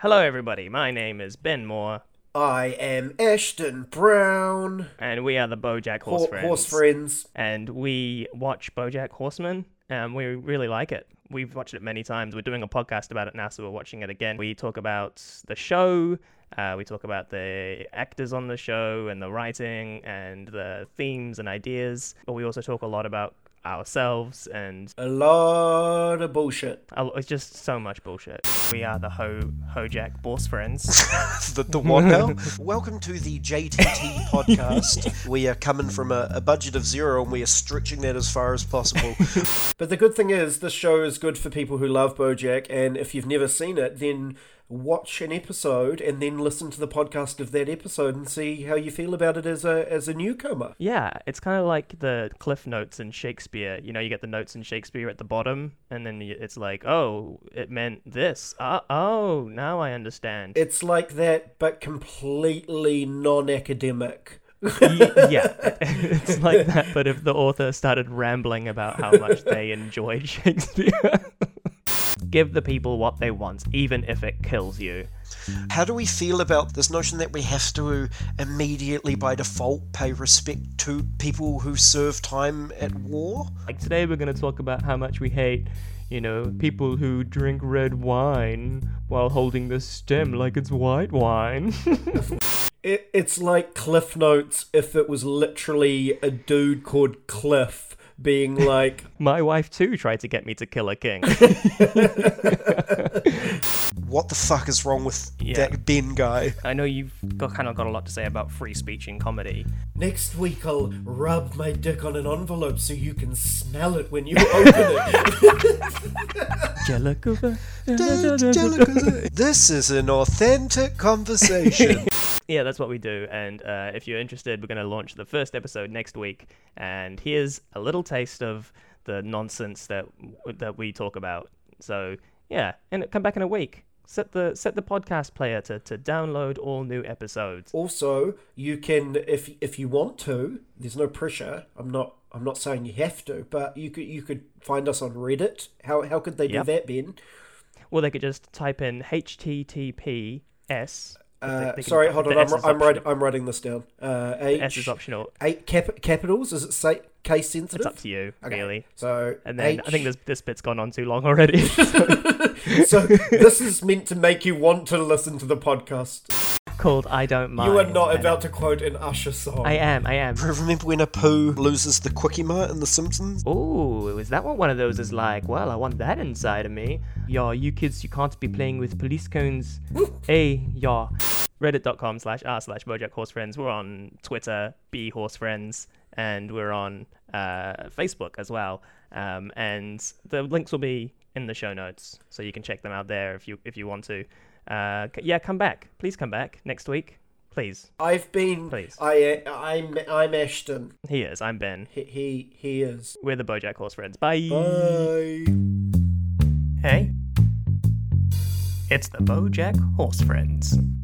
Hello, everybody. My name is Ben Moore, I am Ashton Brown. and we are the BoJack Ho- Horse Friends. Horse friends. And we watch BoJack Horseman, and we really like it. We've watched it many times. We're doing a podcast about it now, so we're watching it again. We talk about the show. Uh, we talk about the actors on the show and the writing and the themes and ideas. But we also talk a lot about ourselves and A lot of bullshit. oh, it's just so much bullshit. We are the Ho Hojack Horse Friends. the, the what now? Welcome to the JTT podcast. we are coming from a, a budget of zero and we are stretching that as far as possible. But the good thing is, this show is good for people who love BoJack, and if you've never seen it, then watch an episode and then listen to the podcast of that episode and see how you feel about it as a as a newcomer. Yeah, it's kind of like the cliff notes in Shakespeare. You know, you get the notes in Shakespeare at the bottom, and then you, it's like, oh, it meant this. Uh, oh, now I understand. It's like that, but completely non-academic. Y- yeah, it's like that. But if the author started rambling about how much they enjoyed Shakespeare, give the people what they want, even if it kills you. How do we feel about this notion that we have to immediately, by default, pay respect to people who serve time at war? Like today, we're going to talk about how much we hate, you know, people who drink red wine while holding the stem like it's white wine. It, it's like Cliff Notes if it was literally a dude called Cliff being like, My wife too tried to get me to kill a king. What the fuck is wrong with Yeah. that Ben guy? I know you've got, kind of got a lot to say about free speech in comedy. Next week, I'll rub my dick on an envelope so you can smell it when you open it. this is an authentic conversation. yeah, that's what we do. And uh, if you're interested, we're going to launch the first episode next week. And here's a little taste of the nonsense that that we talk about. So yeah, and come back in a week. Set the set the podcast player to, to download all new episodes. Also, you can, if if you want to, there's no pressure. I'm not. I'm not saying you have to, but you could you could find us on Reddit. How how could they Yep. do that, Ben? Or they could just type in HTTPS. if they- Uh, they can- sorry, hold the on. I'm, S is I'm, writing, optional. I'm writing this down. Uh, S is H, optional. eight cap, capitals. Is it say, case It's sensitive? up to you, Okay. really. So And then I H- think this this bit's gone on too long already. so this is meant to make you want to listen to the podcast. called I Don't Mind. You are not and about to quote an Usher song. I am, I am. Remember when Apu loses the quickie mart in The Simpsons? Ooh, is that what one of those is like? Well, I want that inside of me. Y'all, you kids, you can't be playing with police cones. hey, y'all. Reddit.com slash r slash Bojack Horse Friends. We're on Twitter, B Horse Friends, and we're on uh, Facebook as well. Um, and the links will be in the show notes, so you can check them out there if you if you want to. Uh, c- yeah, come back. Please come back next week. Please. I've been. Please. I I'm I'm Ashton. He is. I'm Ben. He he, he is. We're the Bojack Horse Friends. Bye. Bye. Hey. It's the Bojack Horse Friends.